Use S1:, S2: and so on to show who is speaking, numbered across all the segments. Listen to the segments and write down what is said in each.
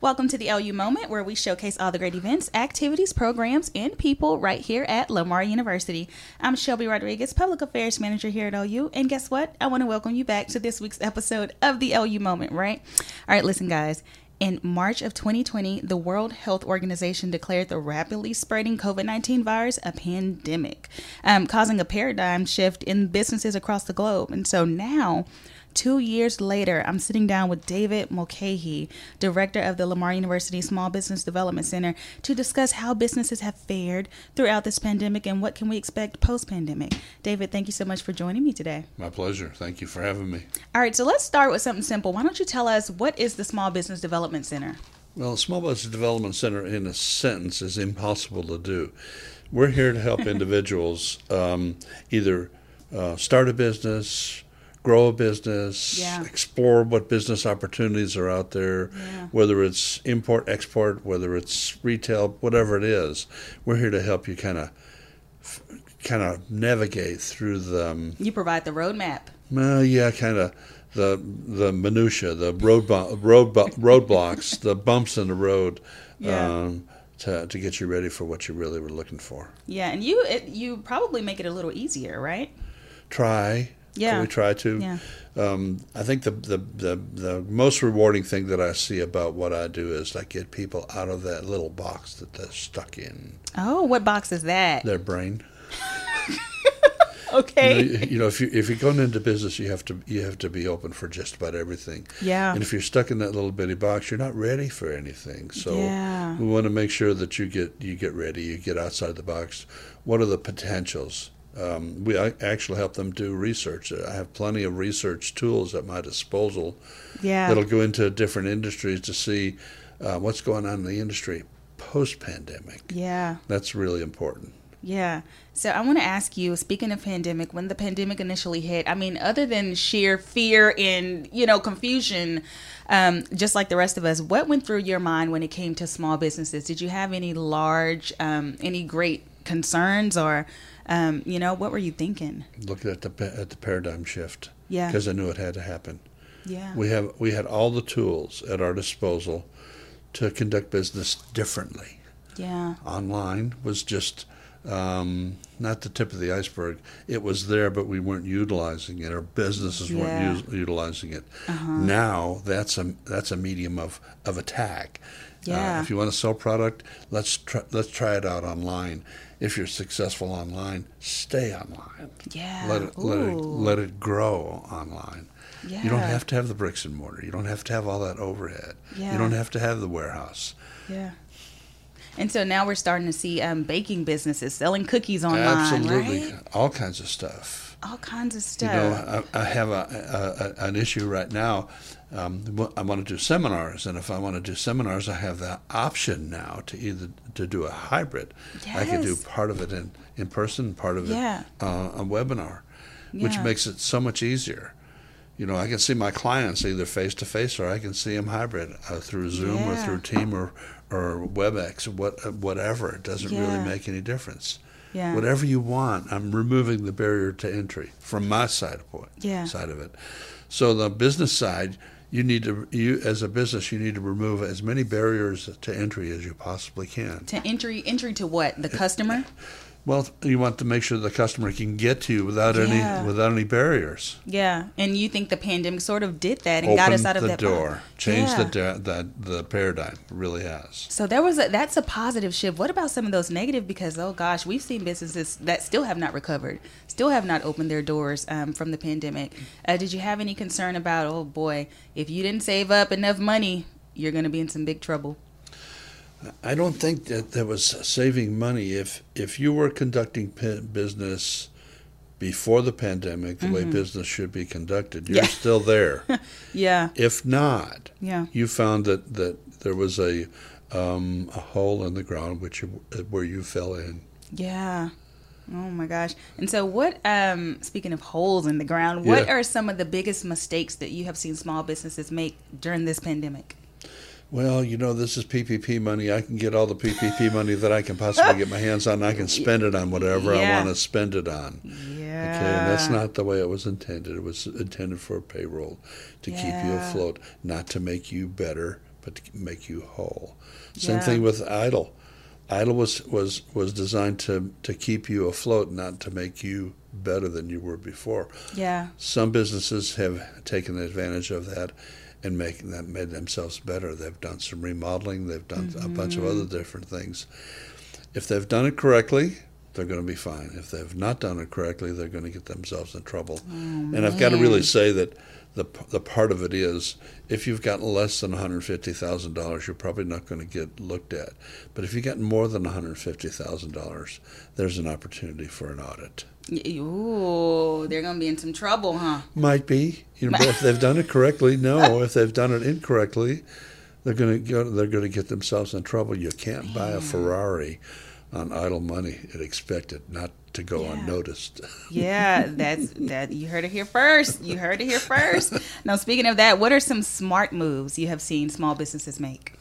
S1: Welcome to the LU Moment, where we showcase all the great events, activities, programs, and people right here at Lamar University. I'm Shelby Rodriguez, Public Affairs Manager here at LU. And guess what? I want to welcome you back to this week's episode of the LU Moment, right? All right, listen, guys. In March of 2020, the World Health Organization declared the rapidly spreading COVID 19 virus a pandemic, um, causing a paradigm shift in businesses across the globe. And so now, two years later, I'm sitting down with David Mulcahy, director of the Lamar University Small Business Development Center, to discuss how businesses have fared throughout this pandemic and what can we expect post pandemic. David, thank you so much for joining me today.
S2: My pleasure. Thank you for having me.
S1: All right, so let's start with something simple. Why don't you tell us what is the Small Business Development Center?
S2: Well, the Small Business Development Center, in a sentence, is impossible to do. We're here to help individuals um, either uh, start a business, grow a business,
S1: Yeah.
S2: explore what business opportunities are out there,
S1: Yeah.
S2: whether it's import, export, whether it's retail, whatever it is. We're here to help you kind of kind of navigate through the um,
S1: You provide the roadmap.
S2: Well, yeah, kind of the the minutia, the road bu- road bu- roadblocks, the bumps in the road,
S1: Yeah.
S2: um, to to get you ready for what you really were looking for.
S1: Yeah, and you it, you probably make it a little easier, right?
S2: Try,
S1: Yeah.
S2: Can we try to?
S1: Yeah.
S2: Um, I think the, the the the most rewarding thing that I see about what I do is I get people out of that little box that they're stuck in
S1: Oh, what box is that?
S2: their brain.
S1: Okay.
S2: You know, you know, if you if you're going into business, you have to you have to be open for just about everything.
S1: Yeah.
S2: And if you're stuck in that little bitty box, you're not ready for anything. So
S1: Yeah.
S2: we want to make sure that you get you get ready, you get outside the box. What are the potentials? Um, we I actually help them do research. Uh, I have plenty of research tools at my disposal
S1: yeah.
S2: that'll go into different industries to see uh, what's going on in the industry post pandemic.
S1: yeah.
S2: That's really important.
S1: Yeah. So I want to ask you, speaking of pandemic, when the pandemic initially hit, I mean, other than sheer fear and, you know, confusion, um, just like the rest of us, what went through your mind when it came to small businesses? Did you have any large, um, any great concerns or, um, you know, what were you thinking?
S2: Looking at the pa- at the paradigm shift.
S1: Yeah.
S2: Because I knew it had to happen.
S1: Yeah.
S2: We have we had all the tools at our disposal to conduct business differently.
S1: yeah.
S2: Online was just um, not the tip of the iceberg. It was there, but we weren't utilizing it. Our businesses
S1: Yeah. Uh-huh.
S2: weren't u- utilizing it. Now that's a that's a medium of of attack. Uh,
S1: Yeah.
S2: if you want to sell product, let's try, let's try it out online. If you're successful online, stay online.
S1: Yeah.
S2: Let it, let it
S1: Ah, Ooh.
S2: let it grow online. You don't
S1: Yeah.
S2: have to have the bricks and mortar. You don't have to have all that overhead.
S1: Yeah.
S2: You don't have to have the warehouse.
S1: Yeah. And so now we're starting to see um, baking businesses selling cookies online,
S2: Absolutely,
S1: right?
S2: all kinds of stuff.
S1: All kinds of stuff.
S2: You know, I, I have a, a, a an issue right now. Um, wh- I want to do seminars, and if I want to do seminars, I have the option now to either to do a hybrid. I can do
S1: Yes.
S2: part of it in in person, part of
S1: Yeah.
S2: it uh, on webinar, which
S1: Yeah.
S2: makes it so much easier. You know, I can see my clients either face to face or I can see them hybrid uh, through Zoom or
S1: Yeah.
S2: through Team or or WebEx, what uh, whatever. It doesn't
S1: Yeah.
S2: really make any difference.
S1: yeah.
S2: Whatever you want, I'm removing the barrier to entry from my side of it.
S1: Yeah.
S2: Side of it. So the business side, you need to you as a business, you need to remove as many barriers to entry as you possibly can.
S1: To entry entry to what? The customer?
S2: Well, you want to make sure the customer can get to you without
S1: Yeah.
S2: any without any barriers.
S1: Yeah. And you think the pandemic sort of did that and
S2: Open
S1: got us out of
S2: the
S1: that box.
S2: door. Change
S1: Yeah.
S2: the, da- the the paradigm. It Really has.
S1: So there was a that's a positive shift. What about some of those negative? Because oh gosh, we've seen businesses that still have not recovered, still have not opened their doors um, from the pandemic. Uh, did you have any concern about oh boy, if you didn't save up enough money, you're going to be in some big trouble?
S2: I don't think that there was saving money. If if you were conducting p- business before the pandemic, the way business should be conducted, you're
S1: Mm-hmm. Yeah.
S2: still there.
S1: Yeah.
S2: if not,
S1: Yeah.
S2: you found that that there was a um, a hole in the ground which you, where you fell in.
S1: Yeah. Oh my gosh. And so what um speaking of holes in the ground, what
S2: Yeah.
S1: are some of the biggest mistakes that you have seen small businesses make during this pandemic?
S2: Well, you know, this is PPP money. I can get all the PPP money that I can possibly get my hands on. I can spend it on whatever I
S1: Yeah.
S2: want to spend it on.
S1: Yeah.
S2: Okay, and that's not the way it was intended. It was intended for a payroll to keep you
S1: Yeah.
S2: afloat, not to make you better, but to make you whole. Same
S1: Yeah.
S2: thing with Idle. Idle was, was, was designed to, to keep you afloat, not to make you better than you were before.
S1: Yeah.
S2: Some businesses have taken advantage of that and making that made themselves better. They've done some remodeling, they've done a bunch of other different things. If they've done it correctly, they're going to be fine. If they've not done it correctly, they're going to get themselves in trouble. and I've got to really
S1: man.
S2: say that the p- the part of it is if you've gotten less than one hundred fifty thousand dollars, you're probably not going to get looked at. But if you've gotten more than one hundred fifty thousand dollars, there's an opportunity for an audit.
S1: Y- y- Ooh, they're gonna be in some trouble, huh?
S2: Might be. You know, but if they've done it correctly, no. If they've done it incorrectly, they're going to go, they're going to get themselves in trouble. You can't buy a Ferrari on idle money and expect it not to go
S1: Yeah.
S2: unnoticed.
S1: Yeah, that's that. You heard it here first. You heard it here first. Now, speaking of that, what are some smart moves you have seen small businesses make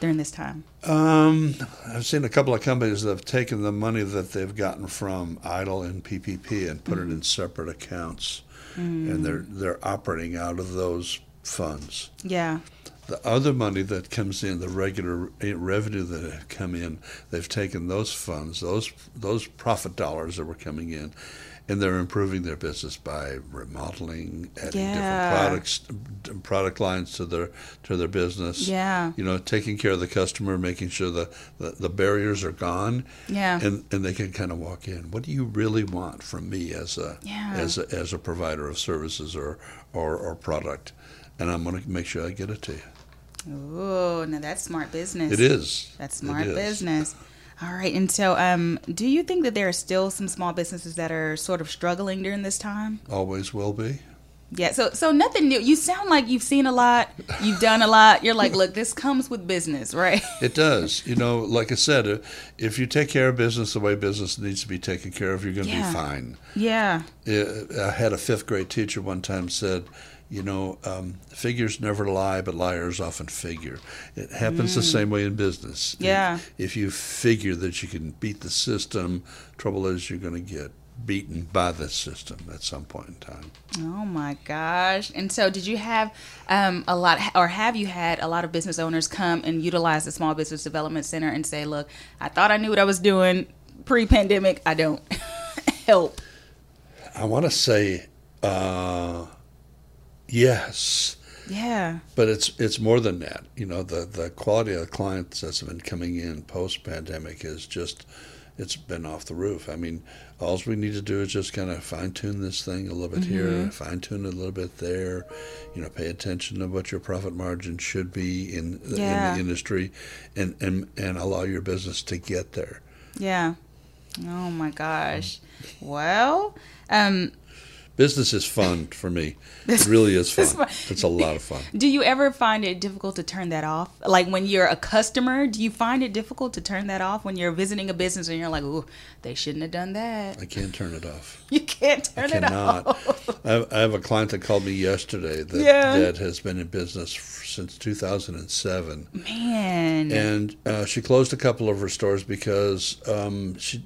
S1: during this time?
S2: Um, I've seen a couple of companies that have taken the money that they've gotten from idle and PPP and put it in separate accounts, and they're they're operating out of those funds.
S1: Yeah,
S2: the other money that comes in, the regular eh, revenue that have come in, they've taken those funds, those those profit dollars that were coming in, and they're improving their business by remodeling, adding
S1: Yeah.
S2: different products, d- product lines to their to their business.
S1: yeah,
S2: You know, taking care of the customer, making sure the, the, the barriers are gone,
S1: yeah.
S2: and, and they can kind of walk in. What do you really want from me as a
S1: Yeah.
S2: as a, as a provider of services or, or or product? And I'm going to make sure I get it to you.
S1: Ooh, now that's smart business.
S2: It is.
S1: That's
S2: It
S1: smart
S2: is.
S1: business. All right, and so, um, do you think that there are still some small businesses that are sort of struggling during this time?
S2: Always will be.
S1: Yeah, so so nothing new. You sound like you've seen a lot, you've done a lot. You're like, look, this comes with business, right?
S2: It does. You know, like I said, uh, if you take care of business the way business needs to be taken care of, you're going to
S1: Yeah.
S2: be fine.
S1: Yeah.
S2: Uh, I had a fifth grade teacher one time said, you know, um, figures never lie, but liars often figure. It happens the same way in business.
S1: Mm. Yeah.
S2: If, if you figure that you can beat the system, trouble is you're going to get beaten by the system at some point in time.
S1: Oh my gosh! And so, did you have um, a lot, or have you had a lot of business owners come and utilize the Small Business Development Center and say, "Look, I thought I knew what I was doing pre-pandemic. I don't help."
S2: I want to say, uh, yes.
S1: Yeah,
S2: But it's it's more than that. You know, the the quality of the clients that's been coming in post pandemic is just it's been off the roof. I mean, all we need to do is just kind of fine tune this thing a little bit
S1: Mm-hmm.
S2: here, fine tune it a little bit there. You know, pay attention to what your profit margin should be in the,
S1: Yeah.
S2: in the industry, and, and and allow your business to get there.
S1: yeah. Oh my gosh! Well, um,
S2: Business is fun for me. It really is
S1: This is
S2: fun.
S1: fun.
S2: It's a lot of fun.
S1: do you ever find it difficult to turn that off? Like when you're a customer, do you find it difficult to turn that off when you're visiting a business and you're like, "Ooh, they shouldn't have done that."
S2: I can't turn it off.
S1: You can't turn it
S2: cannot.
S1: off.
S2: I have, I have a client that called me yesterday that,
S1: Yeah.
S2: that has been in business f- since 2007.
S1: Man.
S2: And uh, she closed a couple of her stores because um, she.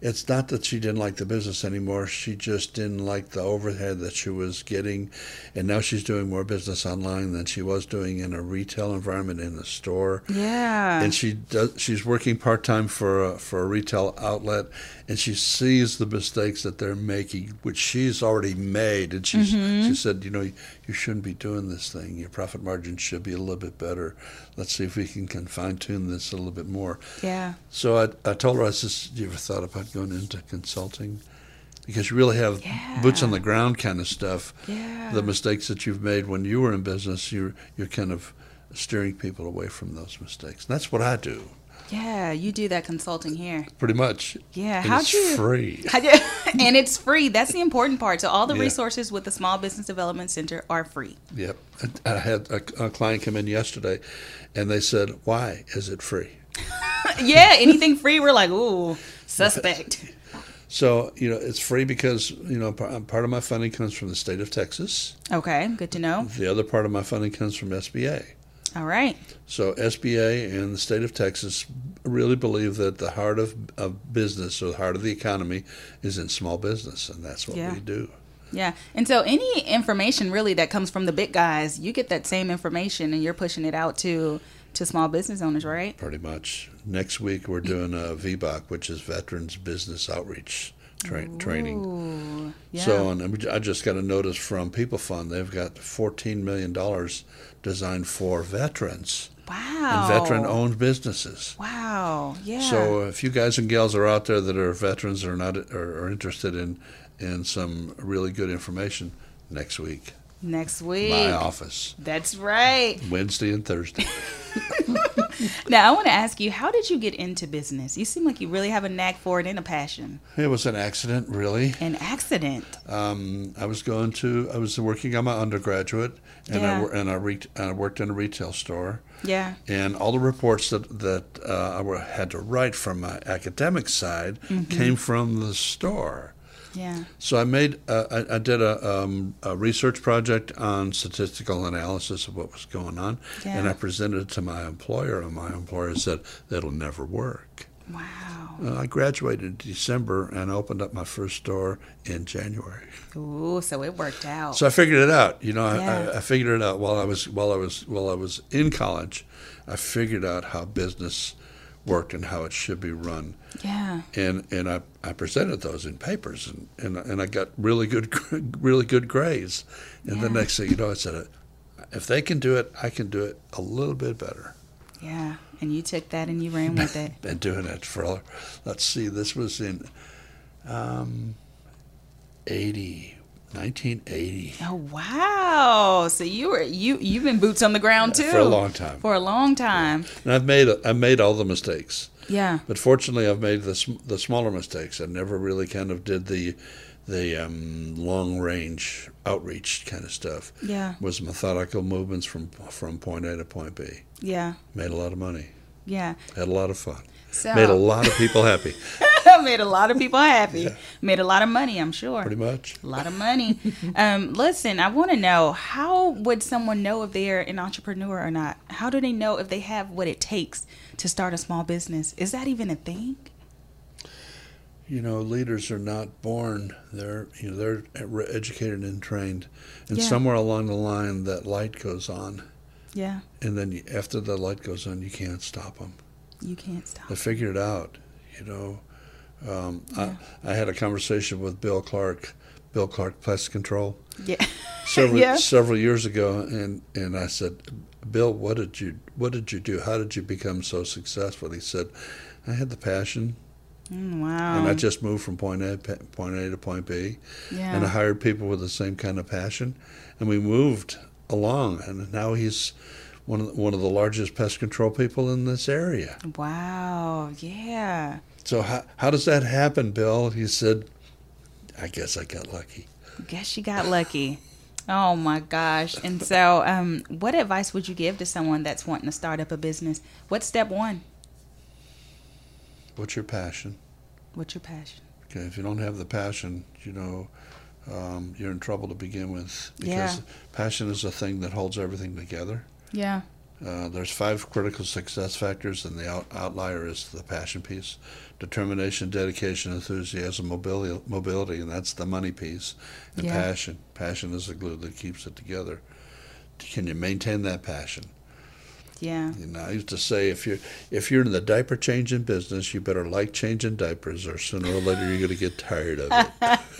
S2: It's not that she didn't like the business anymore. She just didn't like the overhead that she was getting, and now she's doing more business online than she was doing in a retail environment in the store
S1: Yeah.
S2: and she does, she's working part time for a, for a retail outlet, and she sees the mistakes that they're making, which she's already made. And she she said, you know, you shouldn't be doing this thing. Your profit margin should be a little bit better. Let's see if we can, can fine tune this a little bit more.
S1: yeah.
S2: So I, I told her, I says, you ever thought about going into consulting? Because you really have boots on the ground kind of stuff.
S1: Yeah.
S2: The mistakes that you've made when you were in business, you're, you're kind of steering people away from those mistakes. And that's what I do,
S1: yeah, you do that consulting here.
S2: pretty much.
S1: Yeah,
S2: And
S1: how'd
S2: it's
S1: you-
S2: free.
S1: How do- and it's free. That's the important part. So all the
S2: Yeah.
S1: resources with the Small Business Development Center are free.
S2: Yep. I, I had a, a client come in yesterday, and they said, why is it free?
S1: yeah, anything free, we're like, ooh, suspect.
S2: So, you know, it's free because, you know, par- part of my funding comes from the state of Texas.
S1: okay, good to know.
S2: The other part of my funding comes from SBA.
S1: All right.
S2: So SBA and the state of Texas really believe that the heart of, of business or the heart of the economy is in small business, and that's what
S1: Yeah.
S2: we do.
S1: Yeah. And so any information really that comes from the big guys, you get that same information and you're pushing it out to to small business owners, right?
S2: pretty much. Next week, we're doing a VBOC, which is Veterans Business Outreach tra- Training.
S1: Ooh. Yeah.
S2: So, and we- I just got a notice from People Fund. They've got $14 million designed for veterans
S1: wow.
S2: and veteran owned businesses.
S1: Wow. Yeah.
S2: So, if you guys and gals are out there that are veterans or not or are interested in, in some really good information, next week,
S1: next week.
S2: my office,
S1: That's right.
S2: Wednesday and Thursday.
S1: Now I want to ask you, how did you get into business? You seem like you really have a knack for it and a passion.
S2: it was an accident, really.
S1: An accident.
S2: um, I was going to I was working on my undergraduate and
S1: Yeah.
S2: I wor- and I, re- and I worked in a retail store
S1: Yeah.
S2: and all the reports that that uh, I were, had to write from my academic side
S1: Mm-hmm.
S2: came from the store.
S1: Yeah.
S2: So I made uh, I, I did a, um, a research project on statistical analysis of what was going on, and
S1: Yeah.
S2: I presented it to my employer, and my employer said that'll never work.
S1: Wow.
S2: Uh, I graduated in December and opened up my first store in January.
S1: Ooh, so it worked out.
S2: So I figured it out. You know, I,
S1: Yeah.
S2: I, I figured it out while I was while I was while I was in college. I figured out how business worked and how it should be run,
S1: yeah.
S2: and and I, I presented those in papers, and, and and I got really good gr- really good grades. And the
S1: Yeah.
S2: next thing you know, I said, "Uh, if they can do it, I can do it a little bit better.
S1: Yeah. And you took that and you ran with it.
S2: Been doing it for let's see, this was in um, 80, 1980.
S1: Oh wow! So you were you you've been boots on the ground too
S2: for a long time.
S1: For a long time.
S2: And I've made I've made all the mistakes.
S1: Yeah.
S2: But fortunately, I've made the sm- the smaller mistakes. I never really kind of did the the um, long range outreach kind of stuff.
S1: Yeah.
S2: Was methodical movements from from point A to point B.
S1: Yeah.
S2: Made a lot of money.
S1: Yeah.
S2: Had a lot of fun.
S1: So
S2: Made a lot of people happy.
S1: made a lot of people happy. Made a lot of money. I'm sure.
S2: Pretty much.
S1: A lot of money. um, listen, I want to know how would someone know if they're an entrepreneur or not? How do they know if they have what it takes to start a small business? Is that even a thing?
S2: You know, leaders are not born. They're you know they're re- educated and trained, and
S1: Yeah.
S2: somewhere along the line that light goes on,
S1: Yeah.
S2: and then you, after the light goes on, you can't stop them.
S1: You can't stop.
S2: I figured it out. You know, um, I, I had a conversation with Bill Clark, Bill Clark Pest Control,
S1: Yeah.
S2: several
S1: Yeah.
S2: several years ago, and and I said, Bill, what did you what did you do? How did you become so successful? He said, I had the passion,
S1: Mm, wow.
S2: and I just moved from point A pa- point A to point B,
S1: yeah.
S2: and I hired people with the same kind of passion, and we moved along, and now he's. One of, the, one of the largest pest control people in this area.
S1: wow. Yeah.
S2: So how, how does that happen, Bill? He said, I guess I got lucky.
S1: Guess she got lucky. Oh my gosh. And so, um, what advice would you give to someone that's wanting to start up a business? What's step one?
S2: What's your passion?
S1: What's your passion?
S2: Okay, if you don't have the passion, you know, um, you're in trouble to begin with
S1: Yeah.
S2: because passion is a thing that holds everything together.
S1: Yeah.
S2: Uh, there's five critical success factors, and the out, outlier is the passion piece: determination, dedication, enthusiasm, mobility, mobility, and that's the money piece. And
S1: Yeah.
S2: passion, passion is the glue that keeps it together. Can you maintain that passion?
S1: Yeah.
S2: You know, I used to say if you're if you're in the diaper changing business, you better like changing diapers, or sooner or later you're going to get tired of it.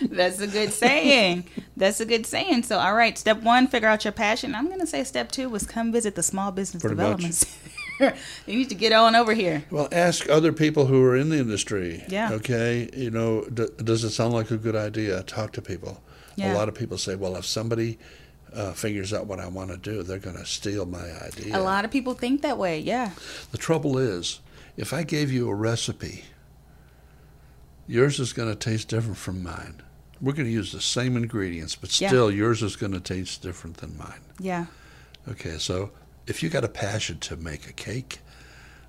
S1: That's a good saying. That's a good saying. So, all right, step one, figure out your passion. I'm going to say step two was come visit the Small Business
S2: Pretty
S1: Development Center. you need to get on over here.
S2: Well, ask other people who are in the industry.
S1: Yeah.
S2: Okay. You know, d- does it sound like a good idea? Talk to people.
S1: Yeah.
S2: A lot of people say, well, if somebody uh, figures out what I want to do, they're going to steal my idea.
S1: A lot of people think that way. Yeah.
S2: The trouble is, if I gave you a recipe, yours is going to taste different from mine. We're going to use the same ingredients, but
S1: Yeah.
S2: still, yours is going to taste different than mine.
S1: Yeah.
S2: Okay, so if you got a passion to make a cake,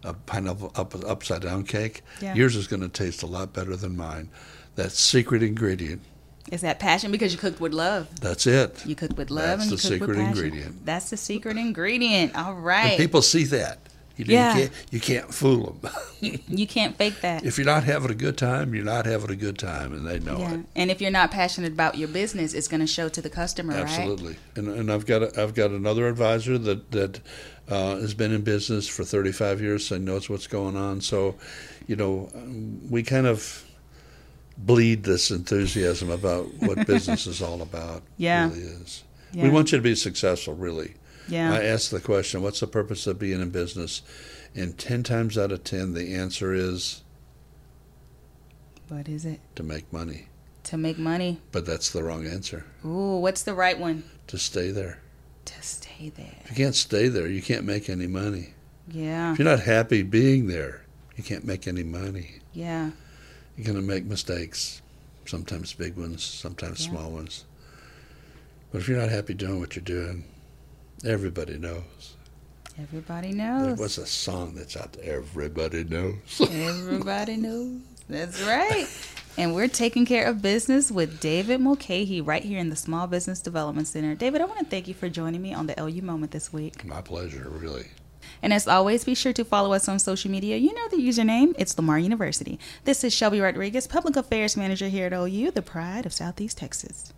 S2: a pineapple up, upside down cake,
S1: Yeah.
S2: yours is going to taste a lot better than mine. That secret ingredient,
S1: It's that passion because you cooked with love.
S2: that's it.
S1: You cook with love and
S2: That's
S1: you
S2: the
S1: cook with
S2: secret
S1: passion.
S2: ingredient.
S1: That's the secret ingredient. All
S2: And
S1: right.
S2: people see that. You,
S1: Yeah.
S2: you, can't, you can't fool them.
S1: You can't fake that.
S2: if you're not having a good time, you're not having a good time, and they know it.
S1: Yeah. And if you're not passionate about your business, it's going to show to the customer, right?
S2: Absolutely, and and I've got a, I've got another advisor that that uh, has been in business for 35 years and knows what's going on. So, you know, um, we kind of bleed this enthusiasm about what business is all about.
S1: Yeah.
S2: really is.
S1: Yeah.
S2: We want you to be successful, really.
S1: Yeah.
S2: I ask the question, "What's the purpose of being in business?" And 10 times out of 10, the answer is
S1: what is it?
S2: to make money.
S1: To make money.
S2: But that's the wrong answer.
S1: Ooh, what's the right one?
S2: To stay there.
S1: To stay there.
S2: If you can't stay there, you can't make any money.
S1: Yeah.
S2: If you're not happy being there, you can't make any money.
S1: Yeah.
S2: You're going to make mistakes, sometimes big ones, sometimes
S1: Yeah.
S2: small ones. But if you're not happy doing what you're doing, everybody knows.
S1: Everybody
S2: There
S1: knows.
S2: was a song that's out there, everybody knows.
S1: Everybody knows. That's right. And we're taking care of business with David Mulcahy right here in the Small Business Development Center. David, I want to thank you for joining me on the LU Moment this week.
S2: My pleasure, really.
S1: And as always, be sure to follow us on social media. You know the username, it's Lamar University. This is Shelby Rodriguez, Public Affairs Manager here at OU, the pride of Southeast Texas.